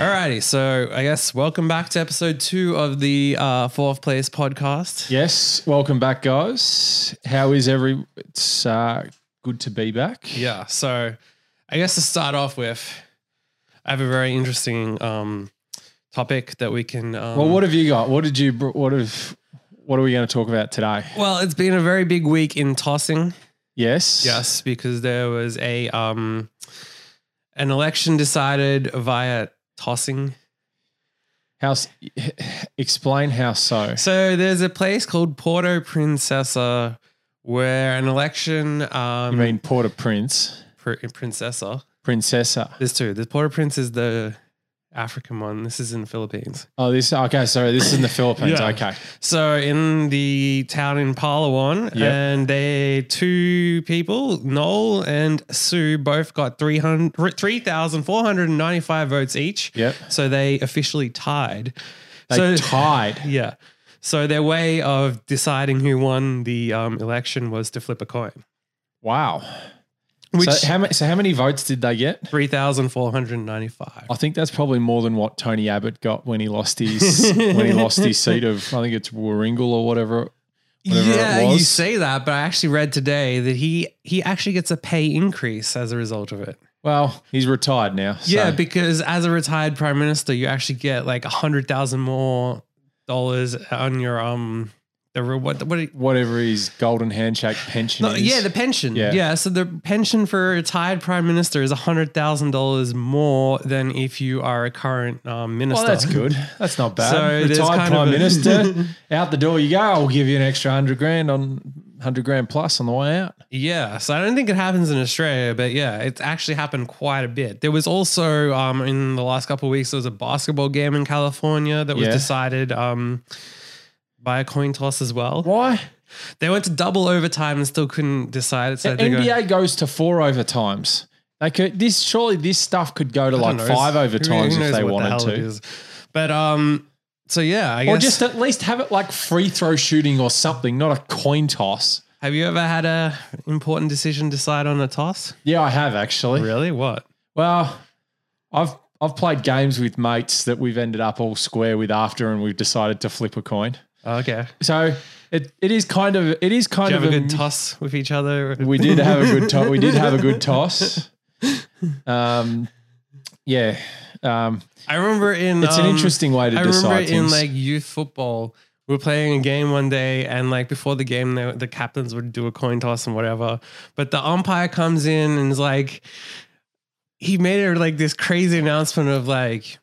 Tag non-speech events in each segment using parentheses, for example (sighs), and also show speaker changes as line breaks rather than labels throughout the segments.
Alrighty, so I guess welcome back to episode two of the uh, Fourth Place podcast.
Yes, welcome back, guys. How is every? It's uh, good to be back.
Yeah, so I guess to start off with, I have a very interesting um, topic that we can. Um,
Well, what have you got? What did you? br- What have? What are we going to talk about today?
Well, it's been a very big week in tossing.
Yes.
Yes, because there was a um, an election decided via tossing.
How? s- Explain how so.
So there's a place called Porto Princesa where an election.
I
Um,
mean, Port au Prince,
Pr- Princesa.
Princessa.
There's two. The Port au Prince is the African one. This is in the Philippines.
Oh, this. Okay, sorry. This
(laughs)
is in the Philippines.
Yeah.
Okay.
So in the town in Palawan,
Yep.
and they two people, Noel and Sue, both got 300 3,495 votes each.
Yep.
So they officially tied.
They
so
tied.
yeah. So their way of deciding who won the um, election was to flip a coin,
Wow.
which
so how many? So how many votes did they get?
three thousand four hundred ninety-five.
I think that's probably more than what Tony Abbott got when he lost his when he
(laughs)
lost his seat of I think it's Warringal or whatever. whatever it
yeah, you
was.
say that, but I actually read today that he he actually gets a pay increase as a result of it.
Well, he's retired now. so-
Yeah, because as a retired prime minister, you actually get like a hundred thousand more dollars on your um the re- what what. It,
whatever his golden handshake pension
no,
is.
yeah, the pension. Yeah.
Yeah.
so the pension for a retired prime minister is hundred thousand dollars more than if you are a current um, minister.
well, that's good. That's not bad.
So there's
Retired
kind of
prime
a-
(laughs) minister, out the door you go. I'll give you an extra hundred grand on hundred grand plus on the way out.
Yeah, so I don't think it happens in Australia, but yeah, it's actually happened quite a bit. There was also um, in the last couple of weeks there was a basketball game in California that was
Yeah.
decided um, by a coin toss as well.
Why?
They went to double overtime and still couldn't decide it. So they go,
NBA goes to four overtimes. They could this surely this stuff could go to
I don't
like
know,
five
it's- who-
overtimes
who knows
if they
what the
wanted
hell it
to.
is. But um, so yeah, I guess.
Or just at least have it like free throw shooting or something, not a coin toss.
have you ever had a important decision decide on a toss?
Yeah, I have actually.
Really? What?
Well, I've I've played games with mates that we've ended up all square with after, and we've decided to flip a coin.
Okay.
So it it is kind of it is kind
Do you
of
have a good
m-
toss with each other?
We did have a good toss. We did have
(laughs)
a good toss. Um, yeah, um,
I remember in
it's an
um,
interesting way to
I
decide
remember in
things.
like youth football, we were playing a game one day, and like before the game, the, the captains would do a coin toss and whatever. But the umpire comes in and is like, he made it like this crazy announcement of like,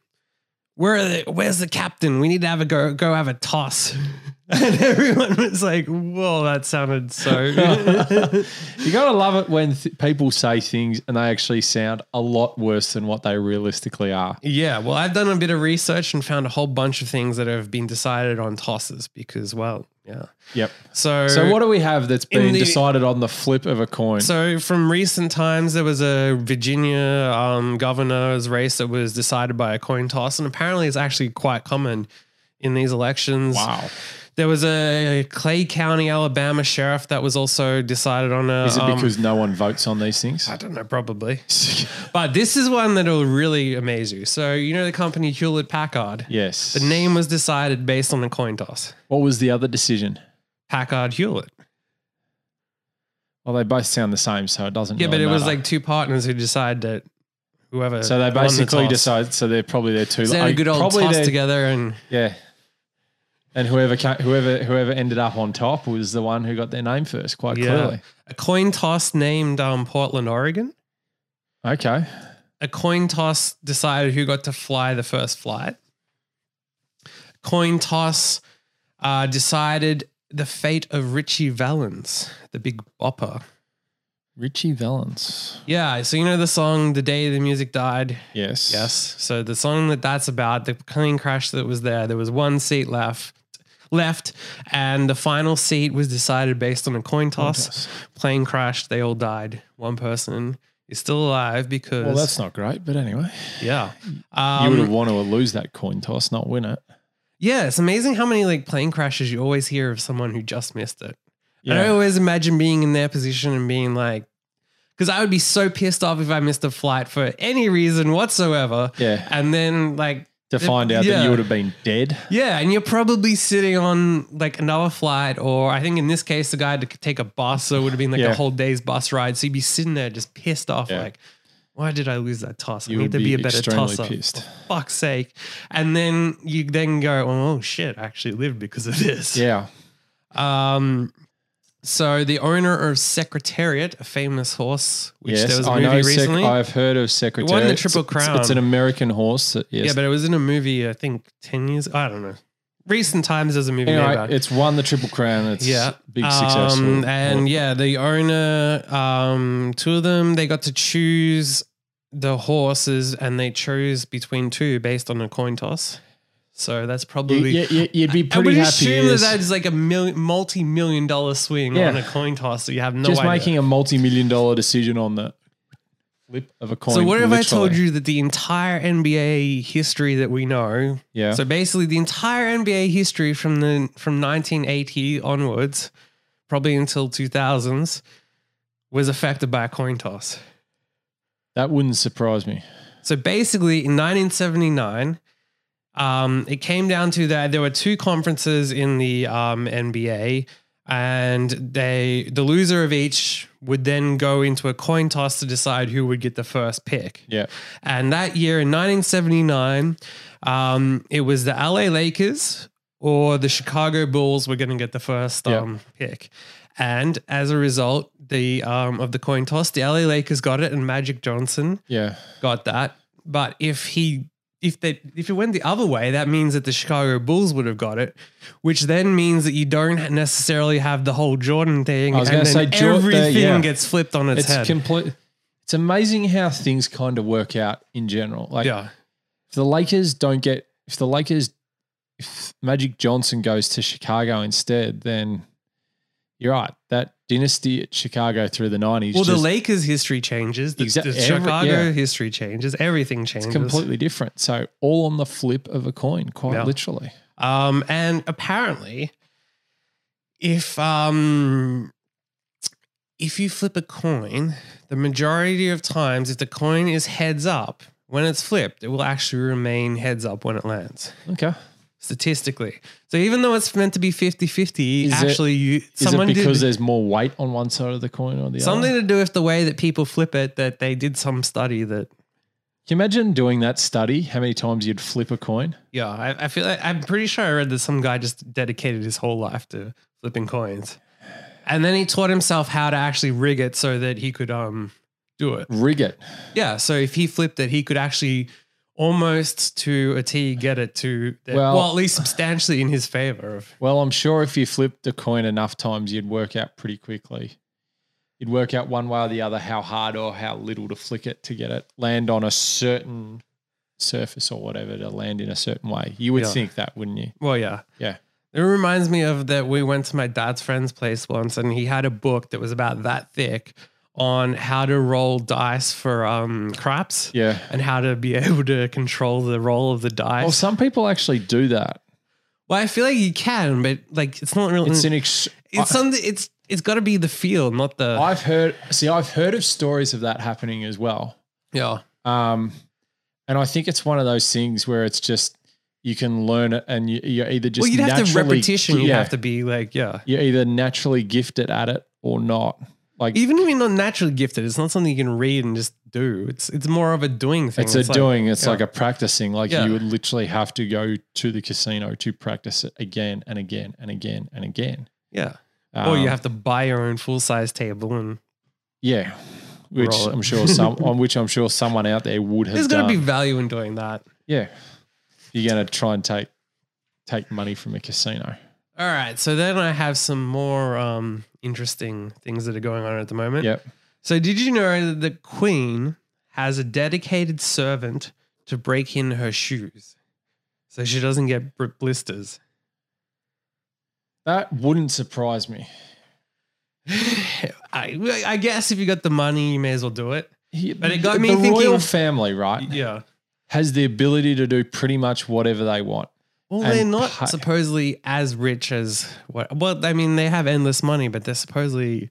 where are the, where's the captain? We need to have a go go have a toss. (laughs) And everyone was like, "Whoa, that sounded so."
you gotta love it when th- people say things and they actually sound a lot worse than what they realistically are.
yeah, well, I've done a bit of research and found a whole bunch of things that have been decided on tosses because, well, yeah.
Yep.
So,
So what do we have that's
In
been
the-
decided on the flip of a coin?
So, from recent times, there was a Virginia um, governor's race that was decided by a coin toss, and apparently, it's actually quite common in these elections.
wow.
There was a Clay County, Alabama sheriff that was also decided on a.
Is it
um,
because no one votes on these things?
I don't know, probably. But this is one that'll really amaze you. So, you know the company Hewlett Packard.
(laughs) yes.
The name was decided based on a coin toss.
What was the other decision?
Packard Hewlett.
Well, they both sound the same, so it doesn't.
Yeah, but
really
it was
matter.
like two partners who decided that whoever.
So they
won the
basically
toss-
decide. So they're probably their two.
So they had a
I-
good old
probably
toss
their-
together and
Yeah. And whoever ca- whoever whoever ended up on top was the one who got their name first, quite
Yeah.
clearly.
a coin toss named um, Portland, Oregon.
Okay.
A coin toss decided who got to fly the first flight. Coin toss uh, decided the fate of Richie Valens, the big bopper.
Richie Valens.
Yeah, so you know the song "The Day the Music Died."
Yes.
Yes. So the song that that's about, the plane crash that was there, there was one seat left, left, and the final seat was decided based on a coin toss.
Fantastic.
Plane crashed. They all died. One person is still alive because
Well, that's not great, but anyway,
yeah.
you would have
Um,
want to lose that coin toss, not win it.
yeah, it's amazing how many like plane crashes you always hear of someone who just missed it. And I always imagine being in their position and being like, because I would be so pissed off if I missed a flight for any reason whatsoever.
Yeah.
And then like
To find out that
Yeah.
you would have been dead.
yeah, and you're probably sitting on like another flight, or I think in this case, the guy had to take a bus, so it would have been like
Yeah.
a whole day's bus ride. So you'd be sitting there just pissed off,
Yeah.
like, why did I lose that toss? I
You
need
would
to be,
be
a better
extremely
tosser.
pissed.
For fuck's sake. And then you then go, oh shit, I actually lived because of this.
Yeah.
Um, so the owner of Secretariat, a famous horse, which
yes.
there was a
I
movie
know. Sec-
recently.
I've heard of Secretary.
Triple Crown.
It's, an American horse. that- yes.
Yeah, but it was in a movie, I think 10 years, I don't know. Recent times there's a movie made
Anyway,
about it.
it's won the Triple Crown. It's
yeah
big
Um,
successful.
and
horse.
yeah the owner um two of them they got to choose the horses and they chose between two based on a coin toss so that's
you,
probably
you, you'd be
I
pretty
would
happy.
assume that
yes.
that's like a mil- multi-million dollar swing
Yeah.
on a coin toss that you have no
just
idea.
making a multi-million dollar decision on the lip of a coin.
so what if I told
literally.
you that the entire NBA history that we know,
Yeah.
so basically the entire NBA history from the from 1980 onwards, probably until 2000s, was affected by a coin toss.
that wouldn't surprise me.
So basically, in 1979, um, it came down to that there were two conferences in the um, NBA, and they the loser of each would then go into a coin toss to decide who would get the first pick.
Yeah.
And that year in 1979, um, it was the LA Lakers or the Chicago Bulls were going to get the first
Yeah.
um, pick. And as a result, the um, of the coin toss, the LA Lakers got it, and Magic Johnson
Yeah.
got that. But if he if they if it went the other way, that means that the Chicago Bulls would have got it, which then means that you don't necessarily have the whole Jordan thing,
I was
and
gonna
then
say Jor-
everything
the- yeah.
gets flipped on its,
It's
head.
complete. It's amazing how things kind of work out in general. Like
yeah,
if the Lakers don't get, if the Lakers, if Magic Johnson goes to Chicago instead, then you're right. That dynasty at Chicago through the nineties,
Well, the
just
Lakers' history changes. The,
Exact-
the
every-
Chicago
yeah.
history changes. Everything changes.
completely different. So all on the flip of a coin, quite
Yeah.
literally.
Um, and apparently, if um, if you flip a coin, the majority of times, if the coin is heads up, when it's flipped, it will actually remain heads up when it lands.
Okay.
Statistically, so even though it's meant to be 50-50,
Is it-
actually, you
Is
someone
it because
did
there's more weight on one side of the coin or the
something
other?
to do with the way that people flip it. That they did some study that
Can you imagine doing that study? How many times you'd flip a coin?
Yeah, I, I feel like I'm pretty sure I read that some guy just dedicated his whole life to flipping coins, and then he taught himself how to actually rig it so that he could um do it.
Rig it.
Yeah, so if he flipped it, he could actually almost to a T get it to the, well,
Well-
at least substantially in his favor. Of,
Well, I'm sure if you flipped a coin enough times, you'd work out pretty quickly. You'd work out one way or the other how hard or how little to flick it to get it land on a certain surface or whatever to land in a certain way. You would
Yeah.
think that, wouldn't you?
well, yeah,
Yeah.
It reminds me of that we went to my dad's friend's place once and he had a book that was about that thick on how to roll dice for um craps.
Yeah.
and how to be (laughs) able to control the roll of the dice.
Well, some people actually do that.
well, I feel like you can, but like it's not really. It's,
It's an ex-
something. It's it's got to be the feel, not the.
I've heard see I've heard of stories of that happening as well.
yeah,
Um, and I think it's one of those things where it's just you can learn it, and you, you're either just
well, you'd have to
naturally-
repetition. You
yeah,
would have to be like, yeah.
You're either naturally gifted at it or not. Like
Even if you're not naturally gifted, it's not something you can read and just do. It's it's more of a doing thing.
it's a
like-
doing. it's
yeah.
like a practicing. Like
Yeah.
you would literally have to go to the casino to practice it again and again and again and again.
yeah.
Um,
or you have to buy your own full size table, and
yeah. Which
Roll it.
I'm
(laughs)
sure some on which I'm sure someone out there would have.
there's got to
done.
be value in doing that.
yeah. You're gonna try and take take money from a casino.
All right, so then I have some more um, interesting things that are going on at the moment.
Yep.
So, did you know that the queen has a dedicated servant to break in her shoes so she doesn't get br- blisters? (sighs)
That wouldn't surprise me.
I, I guess if you got the money, you may as well do it.
He-
But it got
the,
me
the
thinking-
royal family, right,
Yeah.
has the ability to do pretty much whatever they want.
Well,
And
they're not
pi-
supposedly as rich as what. Well, I mean, they have endless money, but they're supposedly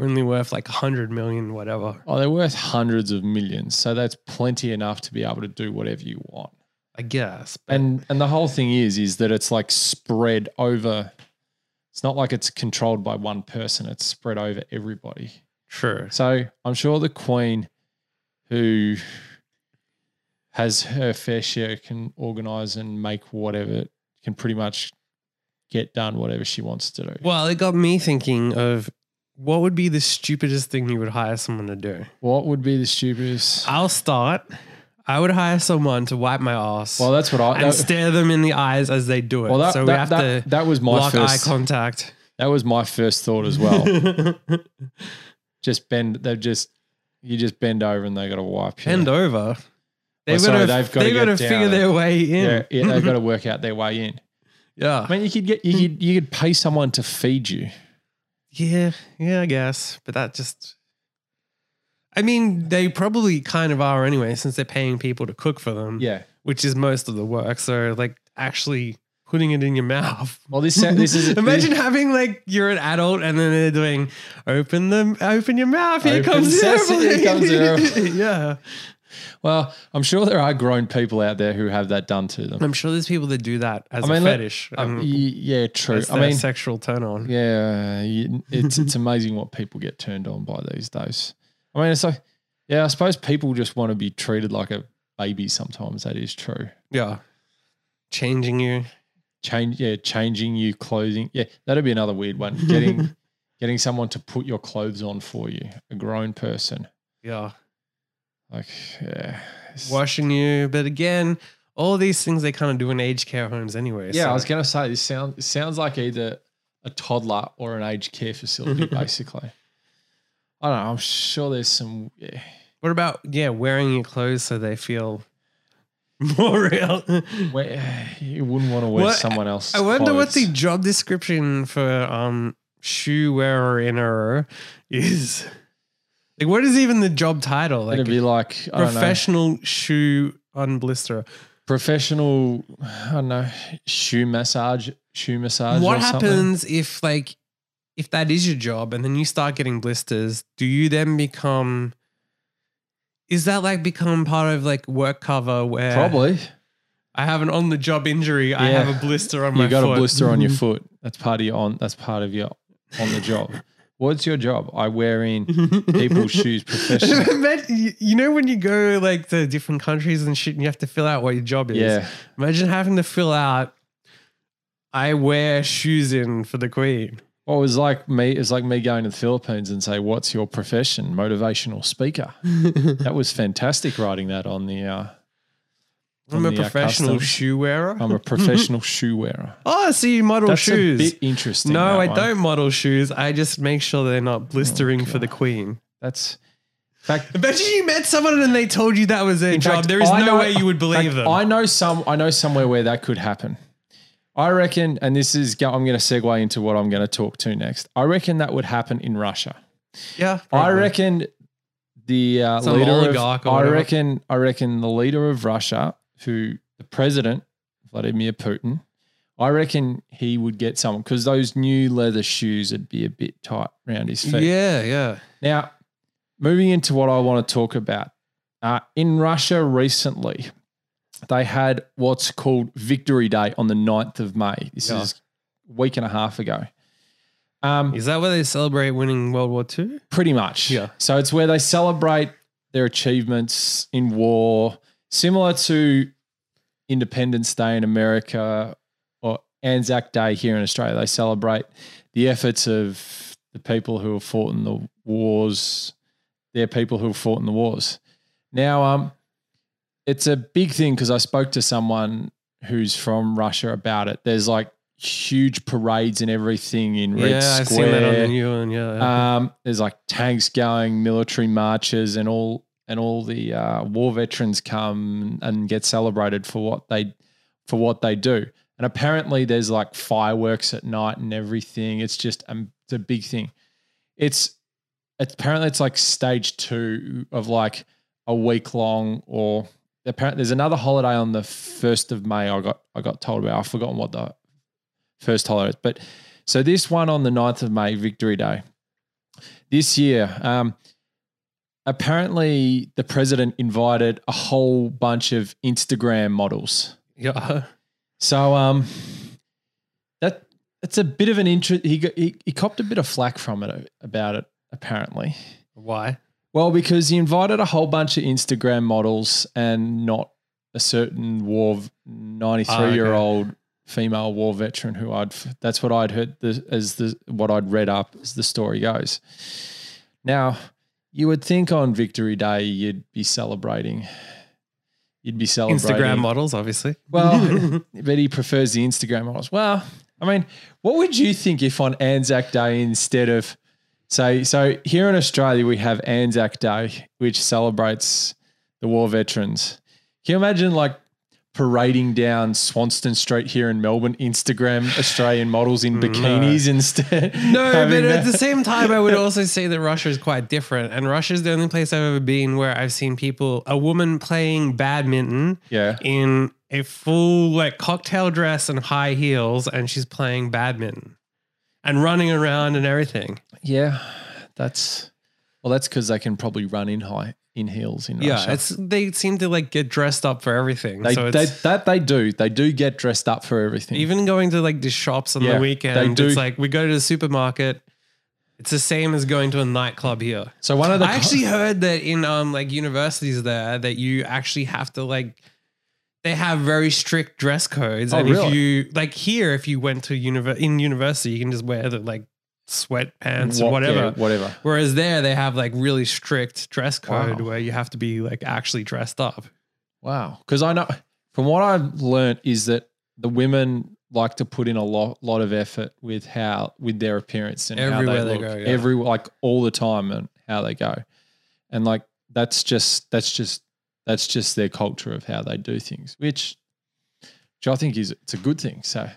only worth like 100 million, whatever.
Oh, they're worth hundreds of millions. So that's plenty enough to be able to do whatever you want.
I guess. But
And and the whole thing is is that it's like spread over. It's not like it's controlled by one person. It's spread over everybody.
true.
So I'm sure the Queen, who has her fair share, can organise and make whatever, can pretty much get done whatever she wants to do.
Well, it got me thinking of what would be the stupidest thing you would hire someone to do?
What would be the stupidest?
I'll start. I would hire someone to wipe my ass
well, that's what I.
and
That,
stare them in the eyes as they do it.
well, that,
so we
that,
have
that,
to
that was my
block eye
first.
contact.
That was my first thought
(laughs)
as well. just bend. They just you just bend over and they got to wipe you.
Hand over.
Well,
They've
sorry,
got
they've
to
gotta
they've got to
get down.
figure their way in.
Yeah, yeah, they've got to work out their way in.
(laughs) yeah.
I mean, you could get you could you could pay someone to feed you.
Yeah, yeah, I guess. But that just I mean, they probably kind of are anyway, since they're paying people to cook for them,
Yeah.
which is most of the work. So like actually putting it in your (laughs) mouth.
Well, this
(laughs)
this is
Imagine having like you're an adult and then they're doing open the open your mouth, here
Open
comes the
sesame, here comes the
(laughs)
airplane.
yeah.
Well, I'm sure there are grown people out there who have that done to them.
I'm sure there's people that do that as
I mean,
a
like,
fetish.
Um,
um,
y- yeah, true.
as
I
their
(laughs) mean,
sexual turn on.
yeah, you- it's
(laughs)
it's amazing what people get turned on by these days. I mean, it's like, yeah, I suppose people just want to be treated like a baby. Sometimes that is true.
yeah. Changing you.
Change, yeah, changing you clothing. Yeah, that'd be another weird one.
(laughs)
Getting getting someone to put your clothes on for you, a grown person.
Yeah.
Like, yeah, it's-
washing you. But again, all these things they kind of do in aged care homes anyway.
Yeah,
so-
I was gonna say this sounds it sounds like either a toddler or an aged care
(laughs)
facility, basically. I don't know. I'm sure there's some. Yeah.
what about yeah, wearing your clothes so they feel (laughs) more real?
Where, (sighs) you wouldn't want to wear
What-
someone else.
I wonder what the
clothes.
job description for um shoe wearer inner is. Like, what is even the job title? Like,
It'd be like I don't know,
professional shoe unblister.
professional. I don't know shoe massage, shoe massage.
What
or Something.
happens if like if that is your job and then you start getting blisters, do you then become is that like become part of like work cover where
Probably
I have an on the job injury, I
Yeah.
have a blister on my
you got
foot.
a
(laughs)
blister on your
Mm-hmm.
foot. That's part of your on. That's part of your on the job. What's your job? I
(laughs)
wear in people's shoes professionally.
Imagine, you know when you go like to different countries and shit and you have to fill out what your job is.
Yeah.
Imagine having to fill out I wear shoes in for the
(laughs)
queen.
Well, it was like me. It's like me going to the Philippines and say, "What's your profession?" Motivational speaker. that was fantastic. Writing that on the. Uh,
I'm a
On the, uh,
professional
customs.
shoe wearer. (laughs)
I'm a professional shoe wearer.
oh, so you model
That's
shoes.
a bit interesting.
No,
that
I
one.
don't model shoes. I just make sure they're not blistering for the queen.
That's. in Fact,
Imagine you met someone and they told you that was their
in
job.
fact,
there is
I
no
know-
way you would
in fact,
believe them.
I know some. I know somewhere where that could happen. I reckon, and this is. go- I'm going to segue into what I'm going to talk to next. I reckon that would happen in Russia.
yeah,
I
probably.
reckon the uh,
Some
leader of,
oligarch or
I
whatever.
reckon I reckon the leader of Russia, who the president Vladimir Putin, I reckon he would get someone because those new leather shoes would be a bit tight around his feet.
Yeah, yeah.
Now, moving into what I want to talk about, uh, in Russia recently, they had what's called Victory Day on the 9th of May. This
Yeah.
is a week and a half ago. Um,
Is that where they celebrate winning World War II?
Pretty much.
Yeah.
So it's where they celebrate their achievements in war, similar to Independence Day in America or Anzac Day here in Australia. They celebrate the efforts of the people who have fought in the wars, their people who have fought in the wars. Now, um, it's a big thing because I spoke to someone who's from Russia about it. There's like huge parades and everything in Red
yeah,
Square.
I've seen that on the new one. Yeah, Uh,
(laughs) Um, there's like tanks going, military marches, and all and all the uh, war veterans come and get celebrated for what they for what they do. And apparently, there's like fireworks at night and everything. It's just um, it's a big thing. It's, it's apparently it's like stage two of like a week long or apparently there's another holiday on the first of May. I got I got told about. I've forgotten what the first holiday is, but so this one on the 9th of May, Victory Day. This year, um, apparently the president invited a whole bunch of Instagram models.
Yeah.
So um, that it's a bit of an interest. He, got, he he copped a bit of flack from it about it apparently.
Why?
Well, because he invited a whole bunch of Instagram models and not a certain war ninety three
Ah, okay.
year old female war veteran who I'd that's what I'd heard the, as the what I'd read up as the story goes. Now, you would think on Victory Day you'd be celebrating. You'd be celebrating
Instagram models, obviously. (laughs)
Well, (laughs) but he prefers the Instagram models. Well, I mean, what would you think if on Anzac Day instead of so so here in Australia we have Anzac Day, which celebrates the war veterans. Can you imagine like parading down Swanston Street here in Melbourne, Instagram Australian models
(laughs)
in bikinis instead?
No,
Having
but at
that-
the same time,
(laughs)
I would also say that Russia is quite different. And Russia is the only place I've ever been where I've seen people, a woman playing badminton
yeah.
in a full like cocktail dress and high heels, and she's playing badminton and running around and everything.
Yeah. That's well, that's because they can probably run in high in heels in Russia.
Yeah, it's they seem to like get dressed up for everything.
They,
so
they,
it's
that they do. They do get dressed up for everything.
even going to like the shops on
Yeah,
the
they
weekend.
do.
It's like we go to the supermarket. It's the same as going to a nightclub here.
so one of the
I actually heard that in um like universities there that you actually have to like they have very strict dress codes.
Oh,
and
really?
if you like here, if you went to univer- in university, you can just wear the like sweatpants or
What-
whatever.
yeah, whatever.
Whereas there they have like really strict dress code
Wow.
where you have to be like actually dressed
(laughs)
up.
Wow. Because I know from what I've learnt is that the women like to put in a lot, lot of effort with how with their appearance and how
Everywhere
they,
they
look.
go, yeah.
Every like all the time and how they go, and like that's just that's just that's just their culture of how they do things, which which I think is it's a good thing. So.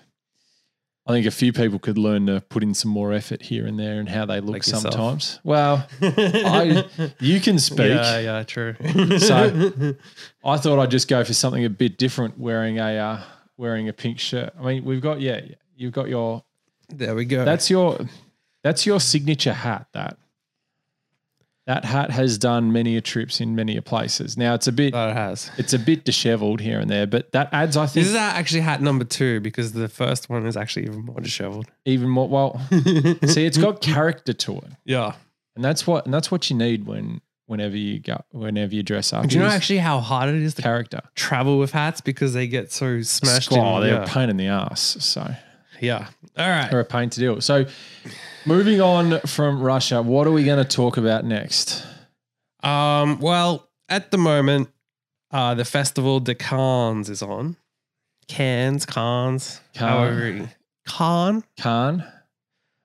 I think a few people could learn to put in some more effort here and there and how they look
Like yourself.
sometimes. Well,
I
you can
(laughs)
speak.
Yeah, yeah, true. (laughs)
So- I thought I'd just go for something a bit different, wearing a uh, wearing a pink shirt. I mean, we've got yeah, you've got your
there we go.
that's your that's your signature hat. That that hat has done many a trips in many a places. Now it's a bit
that it has.
it's a bit dishevelled here and there, but that adds I
This
think
is actually hat number two because the first one is actually even more disheveled.
even more.
(laughs)
Well, see, it's got character to it,
Yeah.
and that's what and that's what you need when whenever you go whenever you dress up.
Do you know
is
actually how hard it is to
character?
travel with hats because they get so smashed
Oh,
in?
they're a
Yeah.
pain in the ass. So.
yeah. All right.
are a pain to deal. with. So, moving on from Russia, what are we going to talk about next?
Um, well, at the moment, uh, the festival de Cannes is on. Cannes, Cannes,
Cannes.
however. you- Cannes?
Cannes,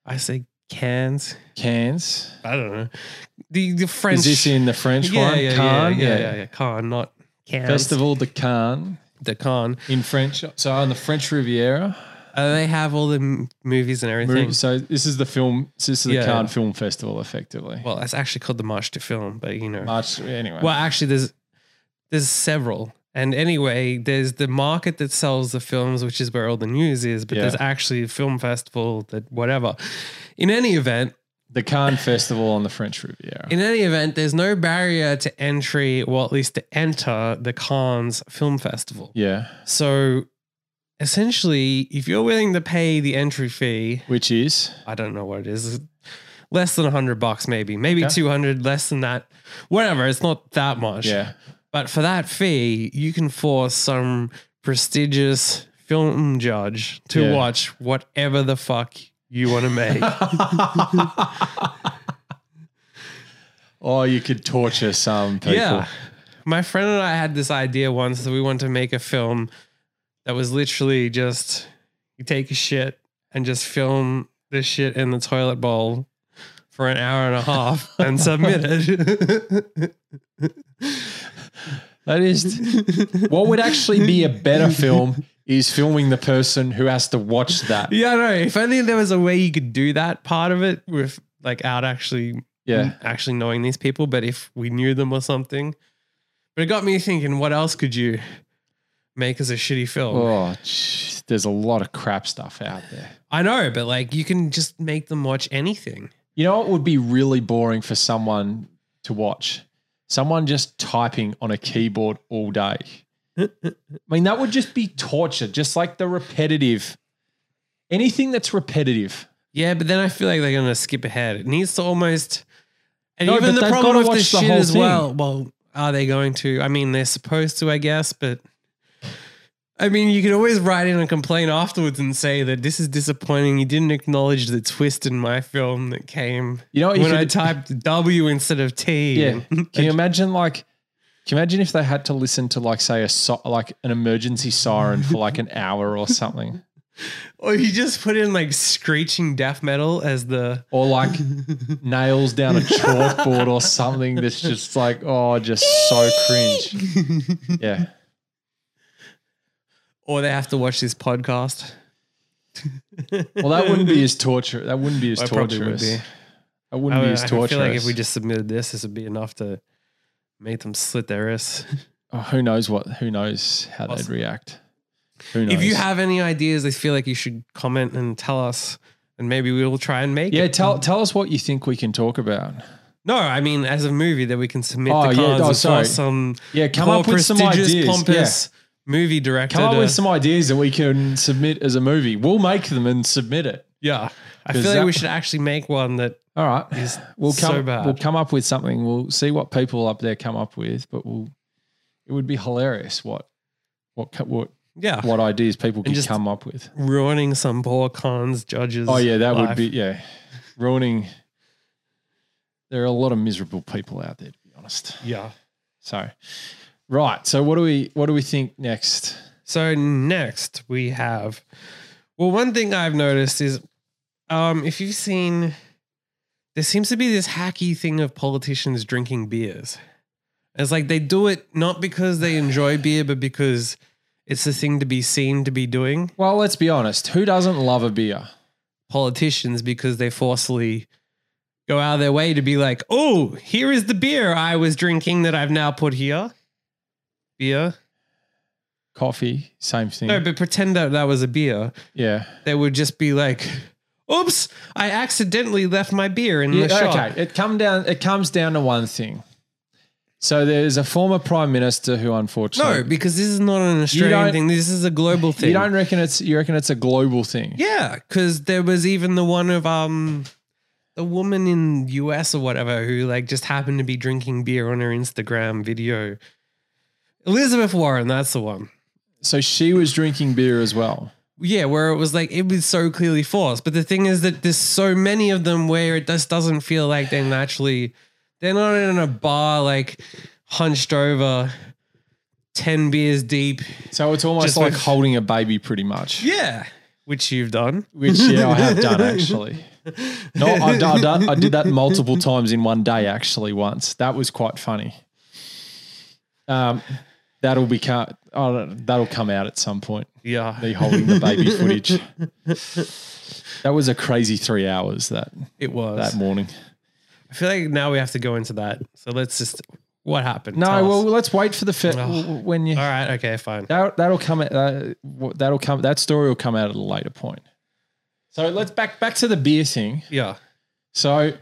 I say Cannes.
Cannes.
I don't know. The, the French.
Is this in the French
yeah,
one?
Yeah,
Cannes,
yeah, yeah, yeah, yeah. Cannes, not Cannes.
Festival de Cannes
de Cannes.
in French. So on the French Riviera.
Uh, they have all the m- movies and everything.
So this is the film. so This is the
Yeah,
Cannes
yeah.
Film Festival, effectively.
Well, that's actually called the March to Film, but you know.
March. Anyway.
Well, actually, there's there's several. And anyway, there's the market that sells the films, which is where all the news is. But
Yeah.
there's actually a film festival that whatever. In any event,
the Cannes Festival on the French Riviera.
in any event, there's no barrier to entry, or at least to enter the Cannes Film Festival.
yeah.
So, essentially, if you're willing to pay the entry fee,
Which is
I don't know what it is. Less than 100 bucks, maybe, maybe
Okay.
200, less than that. Whatever, it's not that much. (laughs)
yeah.
But for that fee, you can force some prestigious film judge to
Yeah.
watch whatever the fuck you want to make.
Oh, you could torture some people.
yeah. My friend and I had this idea once that we wanted to make a film that was literally just you take a shit and just film the shit in the toilet bowl for an hour and a half and submit it. (laughs)
That is (laughs) what would actually be a better film is filming the person who has to watch that.
yeah, no. If only there was a way you could do that part of it with like out actually
Yeah.
actually knowing these people, but if we knew them or something. But it got me thinking, what else could you make as a shitty film?
Oh, jeez, there's a lot of crap stuff out there.
I know, but like you can just make them watch anything.
You know what would be really boring for someone to watch? Someone just typing on a keyboard all (laughs) day. I mean, that would just be torture, just like the repetitive. Anything that's repetitive.
Yeah, but then I feel like they're gonna skip ahead. It needs to almost. And
No, but
even the
they've
problem
gotta
with
watch
this
the
shit
whole
as
thing.
well. Well, are they going to? I mean, they're supposed to, I guess, but. I mean, you could always write in a complaint afterwards and say that this is disappointing. You didn't acknowledge the twist in my film that came
You know what Oh, you
when I
could-
typed W instead of T. (laughs)
Yeah. Can you imagine like can you imagine if they had to listen to like say a so- like an emergency siren for like an hour or something?
Or Oh, you just put in like screeching death metal as the
Or like
(laughs)
nails down a chalkboard or something that's just like, oh, just so cringe. Yeah.
or oh, they have to watch this podcast.
Well, that wouldn't be as torture. That wouldn't be as
Well, it probably would
torturous.
be.
That wouldn't be
I,
as
I
torturous.
feel like if we just submitted this, this would be enough to make them slit their wrists.
Oh, who knows what? Who knows how
Awesome.
they'd react? Who knows?
If you have any ideas, I feel like you should comment and tell us, and maybe we will try and make
yeah,
it.
tell tell us what you think we can talk about.
No, I mean as a movie that we can submit
Oh,
to
yeah,
cards
oh,
yeah,
sorry.
some
Yeah, come
poor,
up with some
prestigious,
ideas. yeah.
pompous movie director.
Come up
to-
with some ideas that we can submit as a movie. We'll make them and submit it.
yeah, I
'Cause
feel like
that-
we should actually make one that
All right.
is
We'll come
so bad.
we'll come up with something. We'll see what people up there come up with, but we'll it would be hilarious what what co- what
yeah,
what ideas people can
just-
come up with.
ruining some poor cons judges.
Oh yeah, that would
life.
be yeah. Ruining There are a lot of miserable people out there to be honest.
yeah.
So right, so what do we what do we think next?
So next we have well one thing I've noticed is um if you've seen there seems to be this hacky thing of politicians drinking beers. It's like they do it not because they enjoy beer but because it's the thing to be seen to be doing.
Well, let's be honest. Who doesn't love a beer?
Politicians because they forcefully go out of their way to be like, "Oh, here is the beer I was drinking that I've now put here." Beer.
Coffee, same thing.
No, but pretend that that was a beer.
yeah.
they would just be like, "Oops, I accidentally left my beer in the
Yeah,
shop."
okay, it come down. It comes down to one thing. So there's a former prime minister who,
No,
unfortunately,
because this is not an Australian
don't-
thing. This is a global thing.
you don't reckon it's you reckon it's a global thing.
yeah, because there was even the one of um the woman in US or whatever who like just happened to be drinking beer on her Instagram video. Elizabeth Warren, that's the one.
So she was drinking beer as well.
Yeah, where it was like it was so clearly forced. But the thing is that there's so many of them where it just doesn't feel like they're naturally they're not in a bar like hunched over ten beers deep.
So it's almost
Just
like
with-
holding a baby, pretty much.
Yeah. Which you've done.
Which yeah, I
(laughs)
have done actually. No, I've, done- I've done. I did that multiple times in one day. Actually, once that was quite funny. Um, that'll be cut. Oh, that'll come out at some point.
Yeah.
me holding the
(laughs)
baby footage. That was a crazy three hours that
It
that
was.
morning.
I feel like now we have to go into that. So let's just what happened?
No,
Tell us.
well, let's wait for the fit
Ugh.
when you
all right, okay, fine.
that that'll come at uh, wh- that'll come that story will come out at a later point. So let's back back to the beer thing.
Yeah.
So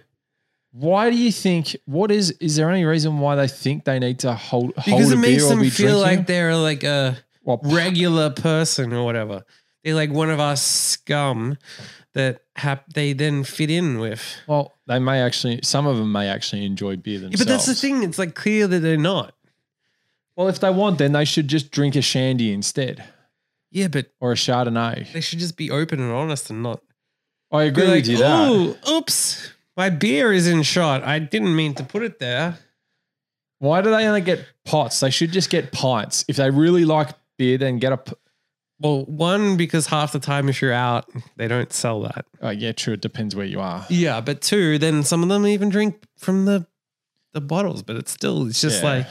why do you think? What is is there any reason why they think they need to hold hold
Because
a
it makes
beer or
them
be
feel
drinking?
like they're like a
Well, p-
regular person or whatever. They're like one of our scum that hap- they then fit in with.
well, they may actually some of them may actually enjoy beer
Yeah,
themselves.
but that's the thing. It's like clear that they're not.
Well, if they want, then they should just drink a shandy instead
Yeah, but
or a chardonnay.
they should just be open and honest and not
I
be
agree
like,
with you there.
oh, oops, my beer is in shot. I didn't mean to put it there.
Why do they only get pots? They should just get pints. If they really like beer, then get a. P-
Well, one, because half the time if you're out, they don't sell that.
oh, yeah, true. It depends where you are.
Yeah, but two, then some of them even drink from the the bottles, but it's still, it's just
Yeah.
like,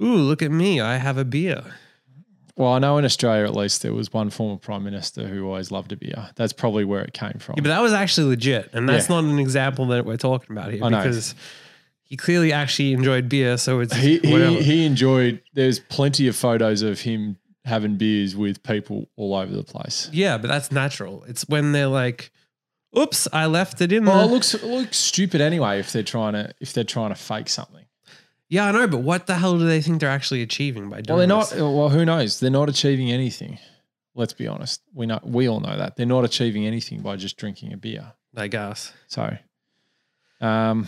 ooh, look at me. I have a beer.
Well, I know in Australia at least there was one former prime minister who always loved a beer. That's probably where it came from.
Yeah, but that was actually legit, and that's
Yeah. Oh,
not an example that we're talking about here
I know.
because he clearly actually enjoyed beer, so it's
he,
whatever.
he he enjoyed. There's plenty of photos of him having beers with people all over the place.
yeah, but that's natural. It's when they're like, Oops, I left it in
Well,
there.
it looks it looks stupid anyway if they're trying to if they're trying to fake something.
yeah, I know, but what the hell do they think they're actually achieving by
Well,
doing
they're not.
this?
Well, who knows? They're not achieving anything. Let's be honest. We know. We all know that they're not achieving anything by just drinking a beer.
I guess.
So, um,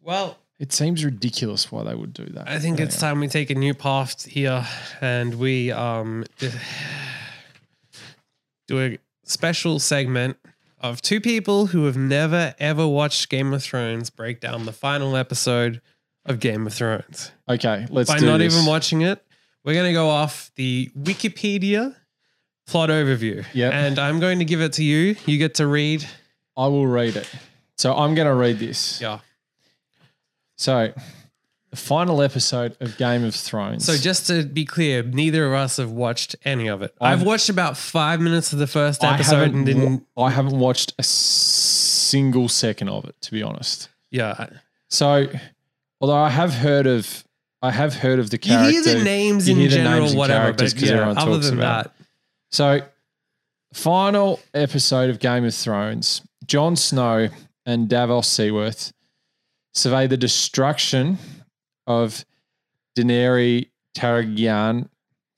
Well,
it seems ridiculous why they would do that.
I think
But
it's time we take a new path here and we um (sighs) do a special segment of two people who have never ever watched Game of Thrones break down the final episode of Game of Thrones.
anyway. okay. Let's
By
do
not
this.
even watching it, we're going to go off the Wikipedia plot overview.
Yep.
And I'm going to give it to you. You get to read.
I will read it. So I'm going to read this.
Yeah.
So, the final episode of Game of Thrones.
So just to be clear, neither of us have watched any of it. I've,
I've-
watched about five minutes of the first
I
episode
haven't,
and didn't.
wa- I haven't watched a single second of it, to be honest. uh,
yeah,
So, although I have heard of, I have heard of the character.
you hear the names
you
in
hear the
general,
names and
whatever.
characters
But
'cause
yeah,
everyone
other
talks
than
about
that,
So, final episode of Game of Thrones. Jon Snow and Davos Seaworth survey the destruction of Daenerys Targaryen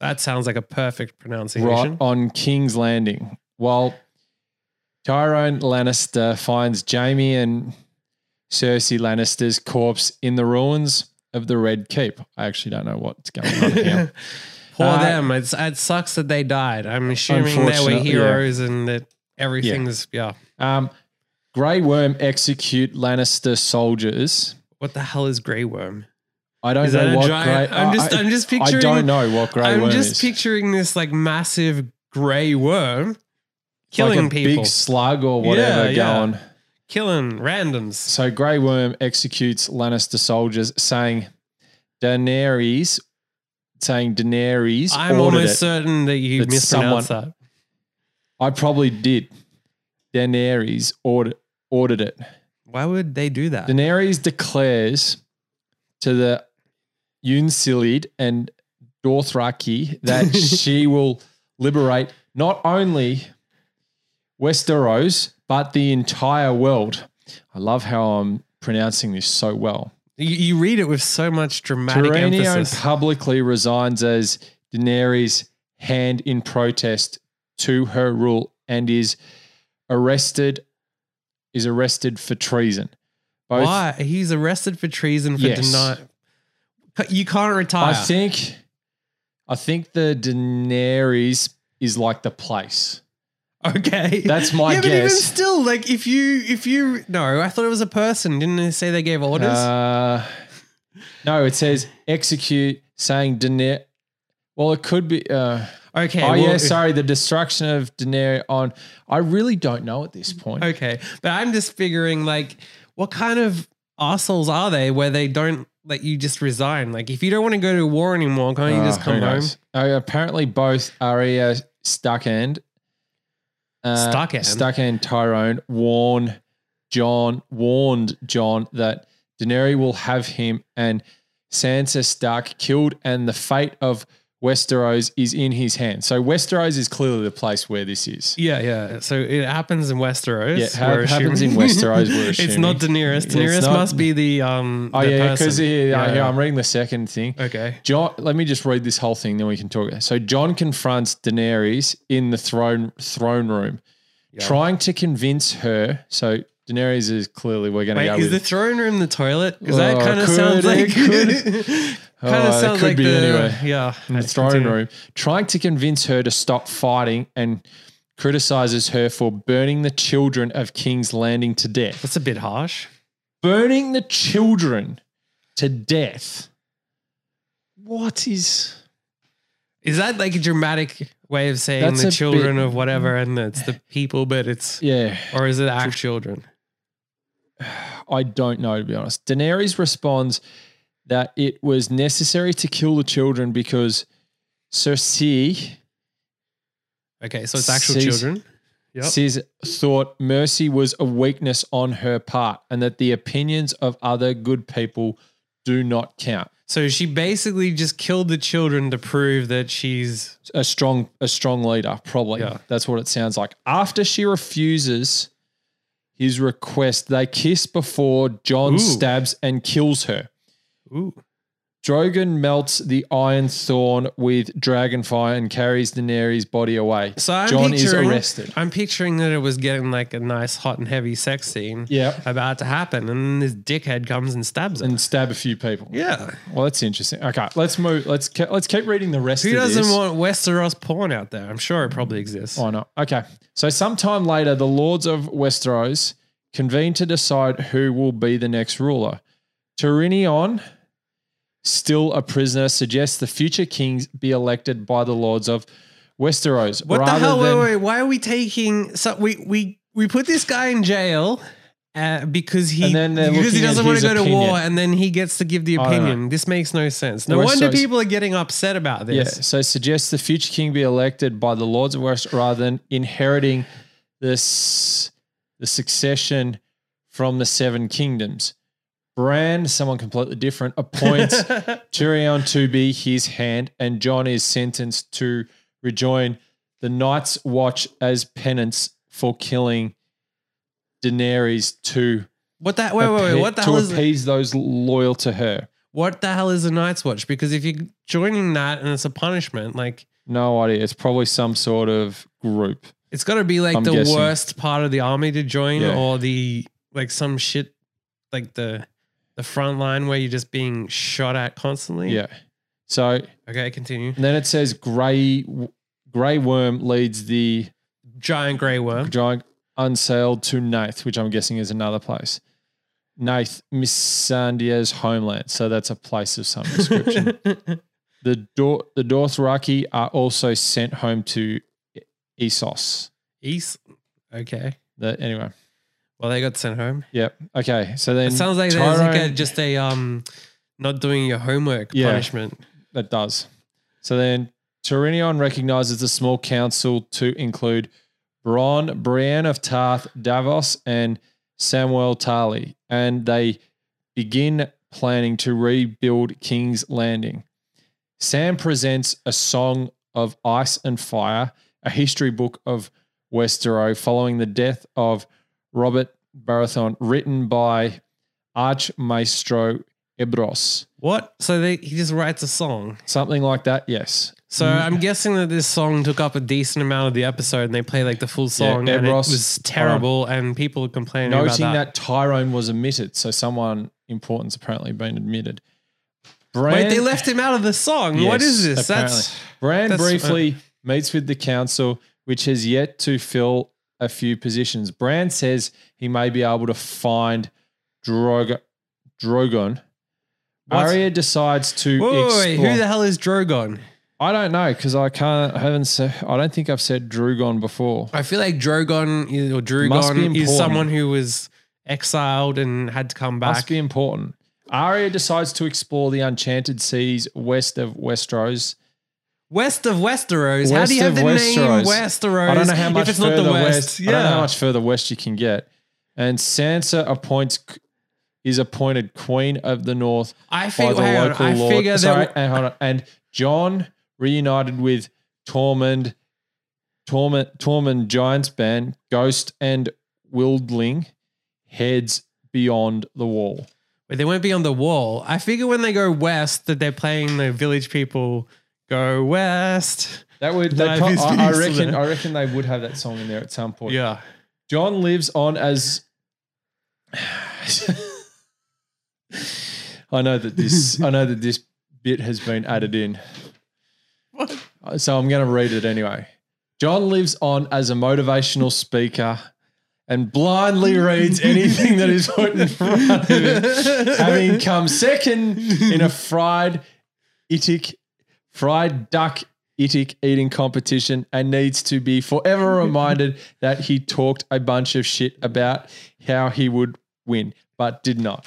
that sounds like a perfect pronunciation.
(laughs) right on King's Landing, while Tyrone Lannister finds Jamie and Cersei Lannister's corpse in the ruins of the Red Keep. I actually don't know what's going
(laughs)
on here.
Poor
Uh,
them. It's, it sucks that they died. I'm assuming they were
Unfortunately, yeah.
heroes and that everything's yeah.
Um, Grey Worm execute Lannister soldiers.
What the hell is Grey Worm?
I don't
Is
know
that a
what
giant?
Grey.
I'm just
I,
I'm just
I
picturing.
don't know what Grey
I'm
Worm
just
is.
picturing this like massive grey worm
It's like
killing
a
people,
big slug or whatever
Yeah, yeah.
going.
killing randoms.
So Grey Worm executes Lannister soldiers, saying Daenerys, saying Daenerys
I'm
ordered
almost
it.
certain that you
That
mispronounced that.
I probably did. Daenerys ordered ordered it.
Why would they do that?
Daenerys declares to the Unsilid and Dothraki
(laughs)
that she will liberate not only Westeros but the entire world. I love how I'm pronouncing this so well.
You, you read it with so much dramatic
Tyrion
emphasis.
publicly resigns as Daenerys' hand in protest to her rule and is arrested is arrested for treason. Both
Why? He's arrested for treason for
Yes.
denying. You can't retire.
I think I think the Daenerys is like the place.
okay,
That's my
yeah, But even
guess.
still, like if you if you no, I thought it was a person. Didn't they say they gave orders?
Uh, no, it says execute saying Daenerys well, it could be. Uh,
okay.
oh,
well,
yeah. Sorry, the destruction of Daenerys on. I really don't know at this point.
(laughs) Okay, but I'm just figuring like what kind of assholes are they where they don't let you just resign? Like if you don't want to go to war anymore, can't you just
Uh,
come
who
home?
knows? Uh, apparently, both Arya Stuckend, uh,
Stuckend?
Stuckend Tyrone warn John warned John that Daenerys will have him and Sansa Stark killed, and the fate of Westeros is in his hands. So Westeros is clearly the place where this is.
Yeah, yeah. So it happens in Westeros.
Yeah, it ha-
we're (laughs)
happens
assuming.
in Westeros, we're
it's
assuming.
not Daenerys.
It's
Daenerys
not-
must be the um.
Oh
the
yeah, because
person.
yeah,
Yeah.
yeah, I'm reading the second thing.
okay.
John, let me just read this whole thing, then we can talk. So John confronts Daenerys in the throne throne room,
Yeah.
trying to convince her. So Daenerys is clearly we're going to
Wait,
go
is
with.
the throne room the toilet? Because that
Oh,
kind of
could- (laughs)
sounds
it
like (laughs)
could.
kind
Oh,
of
it
sounds
could
like
be
the Mm-hmm.
anyway.
yeah
in the throne room, trying to convince her to stop fighting and criticizes her for burning the children of King's Landing to death.
That's a bit harsh.
Burning the children to death. What is
Is that like a dramatic way of saying
That's
the
a
children
bit-
of whatever and it's the people, but it's
yeah?
or is it act children?
I don't know, to be honest. Daenerys responds that it was necessary to kill the children because Cersei
Okay, so it's actual
Cease.
children. Yep.
says thought mercy was a weakness on her part and that the opinions of other good people do not count.
So she basically just killed the children to prove that she's
A strong, a strong leader, probably.
Yeah.
That's what it sounds like. After she refuses his request. They kiss before John
Ooh.
stabs and kills her.
Ooh.
Drogon melts the Iron Thorn with Dragonfire and carries Daenerys' body away.
So I'm
John is
picturing,
arrested.
I'm picturing that it was getting like a nice hot and heavy sex scene
Yeah.
about to happen, and then this dickhead comes and stabs him.
And stab a few people.
yeah.
Well, that's interesting. Okay, let's move. Let's ke- let's keep reading the rest.
Who
of
doesn't
this.
want Westeros porn out there? I'm sure it probably exists.
Why not? Okay. So sometime later, the lords of Westeros convene to decide who will be the next ruler. Tyrion, still a prisoner, suggests the future kings be elected by the lords of Westeros.
What the
rather
hell?
than-
wait, wait, why are we taking? So we we we put this guy in jail uh, because he
And then they're
because he
looking at
doesn't want
his
to go to war,
opinion.
and then he gets to give the
I don't
opinion. This makes no sense. No
We're
wonder
so-
people are getting upset about
Yeah.
this.
So suggests the future king be elected by the lords of West rather than inheriting this the succession from the seven kingdoms. Bran, someone completely different,
(laughs)
appoints Tyrion to be his hand, and John is sentenced to rejoin the Night's Watch as penance for killing Daenerys to
what that? Wait, wait, wait.
appe-
What the
to
hell is?
appease those loyal to her.
What the hell is a Night's Watch? Because if you're joining that and it's a punishment, like
No idea. It's probably some sort of group.
it's got to be like
I'm
the
guessing.
worst part of the army to join,
Yeah.
or the like some shit like the the front line where you're just being shot at constantly.
Yeah. So
Okay, continue.
And then it says Grey Grey Worm leads the
Giant grey worm.
giant unsailed to Nath, which I'm guessing is another place. Nath, Missandeia's homeland. So that's a place of some description.
(laughs)
the Dor- the Dothraki are also sent home to E-, Essos.
East. Okay.
The, anyway,
Well, they got sent home.
yep. Okay. So then
It sounds like there's like a,
Tyrone-
just a um, not doing your homework
Yeah.
punishment.
That does. So then Tyrion recognizes the small council to include Bron, Brienne of Tarth, Davos, and Samuel Tarly, and they begin planning to rebuild King's Landing. Sam presents a song of ice and fire, a history book of Westeros following the death of Robert Baratheon, written by Archmaestro Ebros.
What? So they, he just writes a song.
Something like that, yes.
So
Mm.
I'm guessing that this song took up a decent amount of the episode, and they play like the full song, and it
Eros,
was terrible, and people were complaining about
noting
that.
that. Tyrone was omitted, so someone important's apparently been admitted.
Wait,
Bran,
they left him out of the song. what
Yes,
is this? That's
apparently. Bran
that's- uh,
briefly meets with the council, which has yet to fill a few positions. Bran says he may be able to find Drog- Drogon.
What?
Arya decides to
whoa, whoa, wait,
explore-
who the hell is Drogon?
I don't know because I can't I haven't said I don't think I've said Drogon before.
I feel like Drogon is, or
Must be
Drogon
important.
is someone who was exiled and had to come back.
Must be important. Arya decides to explore the enchanted seas west of Westeros.
West of Westeros. how
West
do you have
of
the
Westeros.
name Westeros?
I don't know how much
if it's
further
not the
west.
West.
I don't know how
Yeah.
much further west you can get. And Sansa appoints is appointed Queen of the North
I,
by
fig-
the
hang on,
local
I
lord.
figure
Sorry,
that
and, hold on. and John reunited with Tormund, Tormund, Tormund Giants Band, Ghost, and Wildling heads beyond the wall.
but they won't be on the wall. I figure when they go west that they're playing the village people go west.
That would they
Life
pro-
is
I, I
peaceful.
reckon I reckon they would have that song in there at some point.
Yeah.
John lives on as I know that this I know that this bit has been added in.
What?
Uh, So I'm going to read it anyway. John lives on as a motivational speaker and blindly reads anything that is put in front of him,
(laughs)
having come second in a fried itik fried duck itik eating competition and needs to be forever reminded that he talked a bunch of shit about how he would win but did not.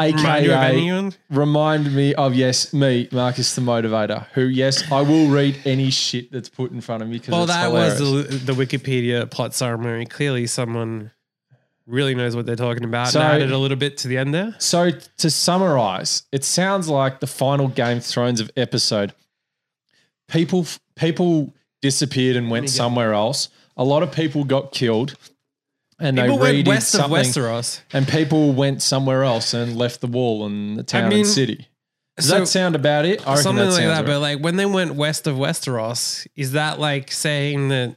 Remind you of
AKA
anyone?
remind me of yes, me, Marcus the motivator, who yes, I will read any shit that's put in front of me because
Well,
it's
that
hilarious.
was the, the Wikipedia plot summary. Clearly, someone really knows what they're talking about.
So-
and added a little bit to the end there.
So to summarize, it sounds like the final Game of Thrones of episode. People people disappeared and went somewhere else. A lot of people got killed. and they
People went
redid
west of
something,
Westeros.
and people went somewhere else and left the wall and the town
mean,
and city. Does
so-
that sound about it? I reckon
Something
that
like
sounds
that.
right.
But like when they went west of Westeros, is that like saying that?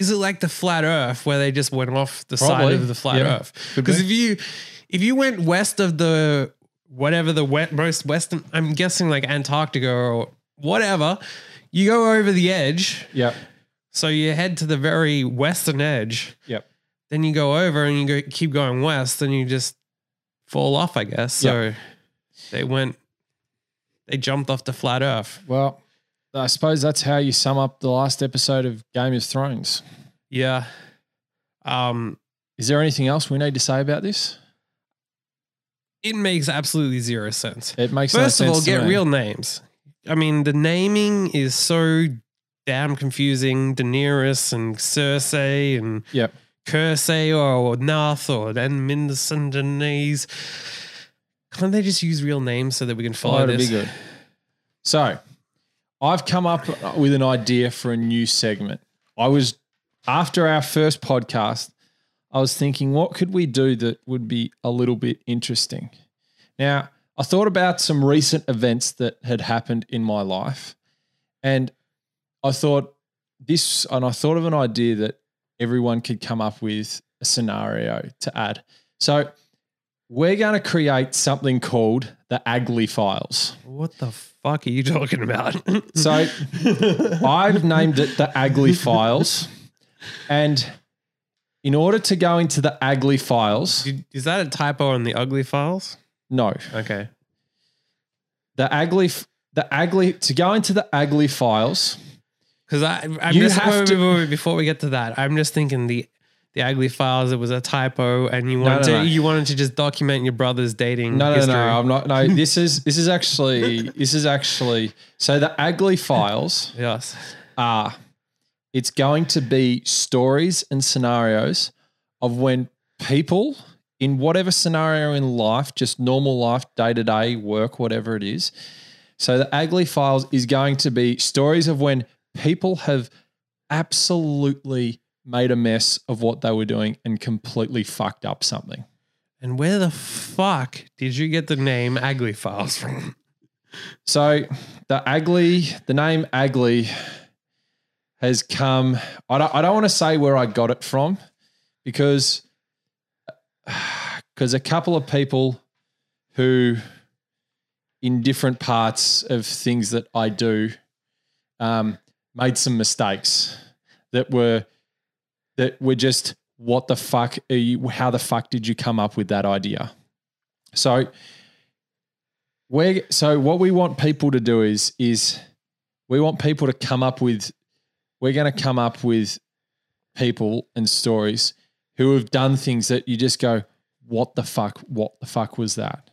Is it like the flat Earth where they just went off the side
Probably.
of the flat
Yeah.
Earth?
Could
Because
be.
if you if you went west of the whatever the wet, most western, I'm guessing like Antarctica or whatever, you go over the edge.
Yep.
So you head to the very western edge.
Yep.
Then you go over and you go, keep going west, and you just fall off, I guess. So they went, they jumped off the flat Earth.
Well, I suppose that's how you sum up the last episode of Game of Thrones.
Yeah. Um,
Is there anything else we need to say about this?
it makes absolutely zero sense.
It makes no
First of
sense
all,
to
get
me.
real names. I mean, the naming is so damn confusing. Daenerys and Cersei and
Yep.
Cersei or Nath or then Minas and Denise. Can't they just use real names so that we can follow
Oh, it'll be
this?
good. So, I've come up with an idea for a new segment. I was after our first podcast, I was thinking, what could we do that would be a little bit interesting? Now, I thought about some recent events that had happened in my life, and I thought this, and I thought of an idea that everyone could come up with a scenario to add. So, we're going to create something called the Agley Files.
What the fuck are you (laughs) talking about?
(laughs)
(laughs)
So I've named it the Agley Files. And in order to go into the Agley Files,
Did- is that a typo on the ugly files?
no,
Okay.
the Agley, the Agley, to go into the Agley Files,
Because I, I'm
You
just
have
wait, wait,
to-
wait, wait, before we get to that, I'm just thinking the the ugly files. It was a typo, and you
No,
wanted
no,
to
no.
you wanted to just document your brother's dating.
No, no,
Hmm, history.
no, I'm not. No, this is this is actually this is actually so the Agley Files
Yes.
are it's going to be stories and scenarios of when people in whatever scenario in life, just normal life, day to day, work, whatever it is. So the Agley Files is going to be stories of when people have absolutely made a mess of what they were doing and completely fucked up something.
And where the fuck did you get the name Agley Files from?
So the Agley, the name Agley has come. I don't, I don't want to say where I got it from because (sighs) because a couple of people who in different parts of things that I do um, made some mistakes that were that were just what the fuck are you how the fuck did you come up with that idea? So we're so what we want people to do is is we want people to come up with we're going to come up with people and stories who have done things that you just go what the fuck what the fuck was that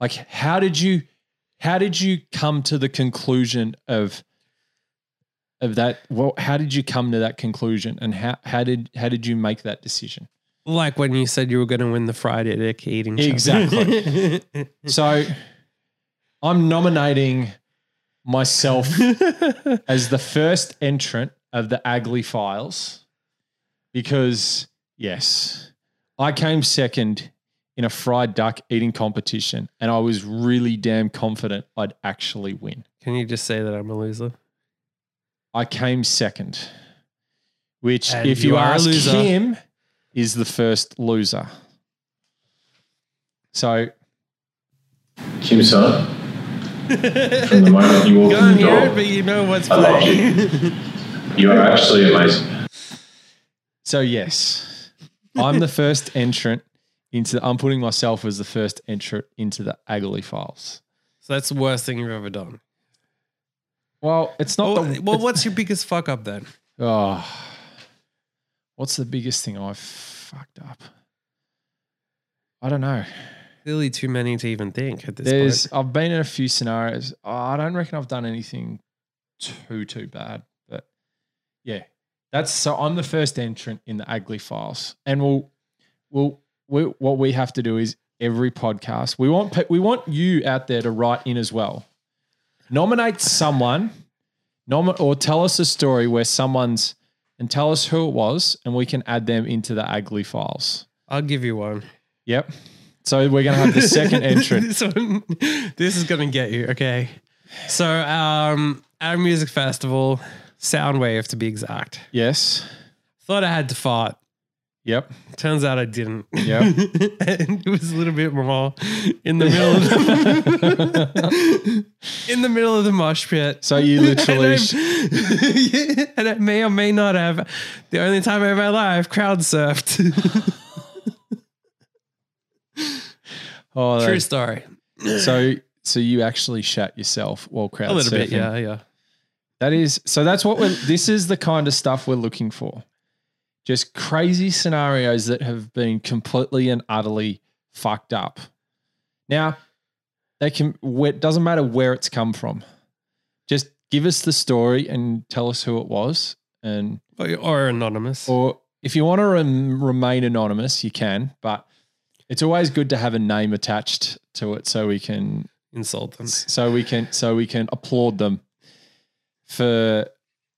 like how did you how did you come to the conclusion of of that well how did you come to that conclusion and how how did how did you make that decision
Like when you said you were going to win the Friday Dick eating
Exactly. so i'm nominating myself
challenge.
as the first entrant of the Agley Files because, yes, I came second in a fried duck eating competition and I was really damn confident I'd actually win.
(laughs) Can you just say that I'm a loser?
I came second, which,
And
if you,
you are a
ask
loser.
him, is the first loser. So,
Kim Sun, from the moment you walked in
Can't
the
hear it, but
door,
you know what's
I love
(laughs)
playing.
you are actually amazing.
so yes,
(laughs)
I'm the first entrant into. I'm putting myself as the first entrant into the Agley Files.
(laughs) so that's the worst thing you've ever done.
Well, it's not
Well,
the
well,
it's-
what's your biggest fuck up then?
Oh, what's the biggest thing I've fucked up? I don't know.
Clearly, too many to even think at this
There's
point.
I've been in a few scenarios. Oh, I don't reckon I've done anything too too bad, but yeah, that's so. I'm the first entrant in the Agley Files, and we'll we'll we, what we have to do is every podcast we want pe- we want you out there to write in as well. Nominate someone, nom- or tell us a story where someone's and tell us who it was, and we can add them into the Agly files.
I'll give you one.
Yep. So we're gonna have the
(laughs)
(laughs) second entrant.
this, one, this is gonna get you. Okay. So um, our music festival, Soundwave to be exact.
Yes.
Thought I had to fart.
Yep.
Turns out I didn't.
Yep.
(laughs) and it was a little bit more in the middle of the, (laughs) in the middle of the mosh pit. (laughs)
So you literally. sh-
And, I, and I may or may not have the only time in my life crowd surfed.
(laughs) oh,
True
that-
story.
so so you actually shat yourself while crowd
A little
surfing.
bit, yeah, yeah.
That is so. That's what we're. This is the kind of stuff we're looking for. Just crazy scenarios that have been completely and utterly fucked up. Now, they can. where- It doesn't matter where it's come from. Just give us the story and tell us who it was. And
Or, or anonymous.
or if you want to rem- remain anonymous, you can. But it's always good to have a name attached to it so we can
insult them.
so we can so we can applaud them for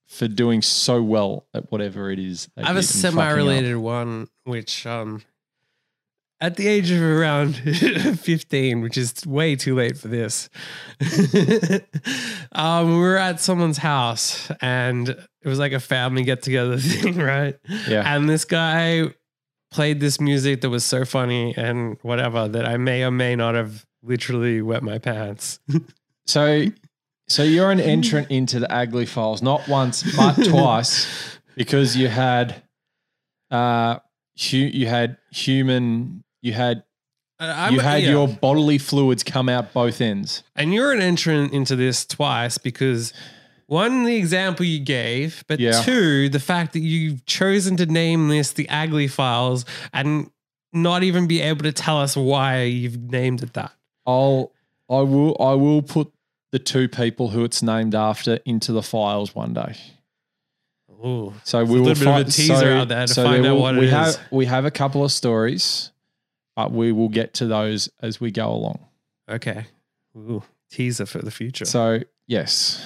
for doing so well at whatever it is. they
I have a
did and fucking up.
semi-related one, which um, at the age of around (laughs) fifteen, which is way too late for this, (laughs) um, we were at someone's house, and it was like a family get-together (laughs) thing, right?
Yeah.
And this guy played this music that was so funny and whatever that I may or may not have literally wet my pants. (laughs)
So so you're an entrant into the Agly Files, not once
(laughs)
but twice, because you had uh hu- you had human you had
I- I'm-
you had
yeah.
your bodily fluids come out both ends.
And you're an entrant into this twice because one, the example you gave, but
Yeah.
two, the fact that you've chosen to name this the Agly Files and not even be able to tell us why you've named it that.
I'll I will I will put the two people who it's named after into the files one day.
Ooh.
So
a
we will
little bit of a
find-
teaser out there to find
there
out what it
we
is.
have, We have a couple of stories, but we will get to those as we go along.
Okay. Ooh. Teaser for the future.
So yes.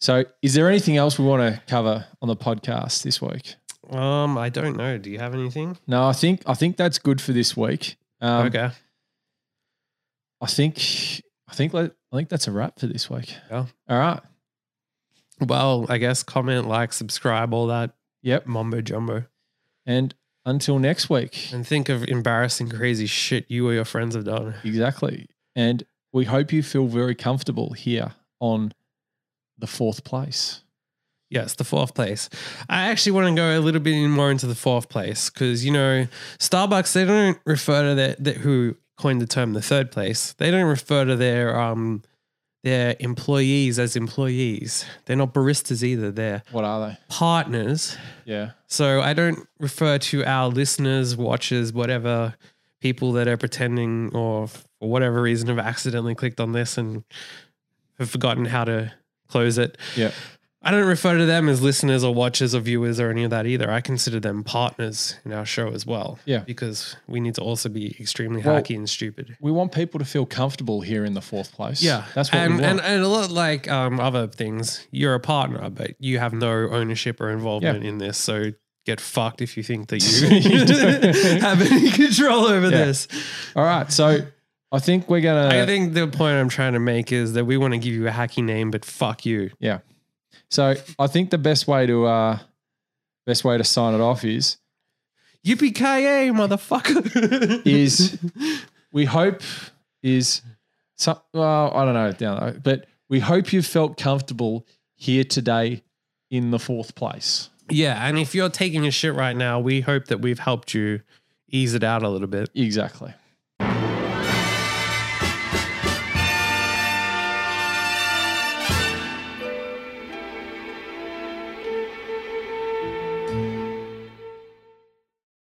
So is there anything else we want to cover on the podcast this week?
um, I don't know. Do you have anything?
No, I think I think that's good for this week. Um,
okay.
I think I think let, I think that's a wrap for this week.
Yeah.
All right.
Well, I guess comment, like, subscribe, all that
Yep.
mumbo jumbo.
And until next week.
And think of embarrassing, crazy shit you or your friends have done.
Exactly. And we hope you feel very comfortable here on the fourth place.
Yes, the fourth place. I actually want to go a little bit more into the fourth place because you know Starbucks they don't refer to their, that who coined the term the third place. They don't refer to their um their employees as employees. They're not baristas either. They're
What are they?
partners.
Yeah.
So I don't refer to our listeners, watchers, whatever people that are pretending or for whatever reason have accidentally clicked on this and have forgotten how to close it.
Yeah.
I don't refer to them as listeners or watchers or viewers or any of that either. I consider them partners in our show as well.
Yeah.
Because we need to also be extremely
Well-
hacky and stupid.
We want people to feel comfortable here in the fourth place. That's what
and,
we want.
and and a lot like um, other things, you're a partner, but you have no ownership or involvement in this. So get fucked if you think that
(laughs) You
you (laughs)
don't.
have any control over
Yeah. Uh,
this.
All right. So uh, I think we're going to.
I think the point I'm trying to make is that we want to give you a hacky name, but fuck you.
so I think the best way to. uh Best way to sign it off is
Yippee ki motherfucker.
(laughs) is we hope is some well I don't know down uh, but we hope you felt comfortable here today in the fourth place.
(laughs) Yeah, and if you're taking a shit right now, we hope that we've helped you ease it out a little bit.
Exactly.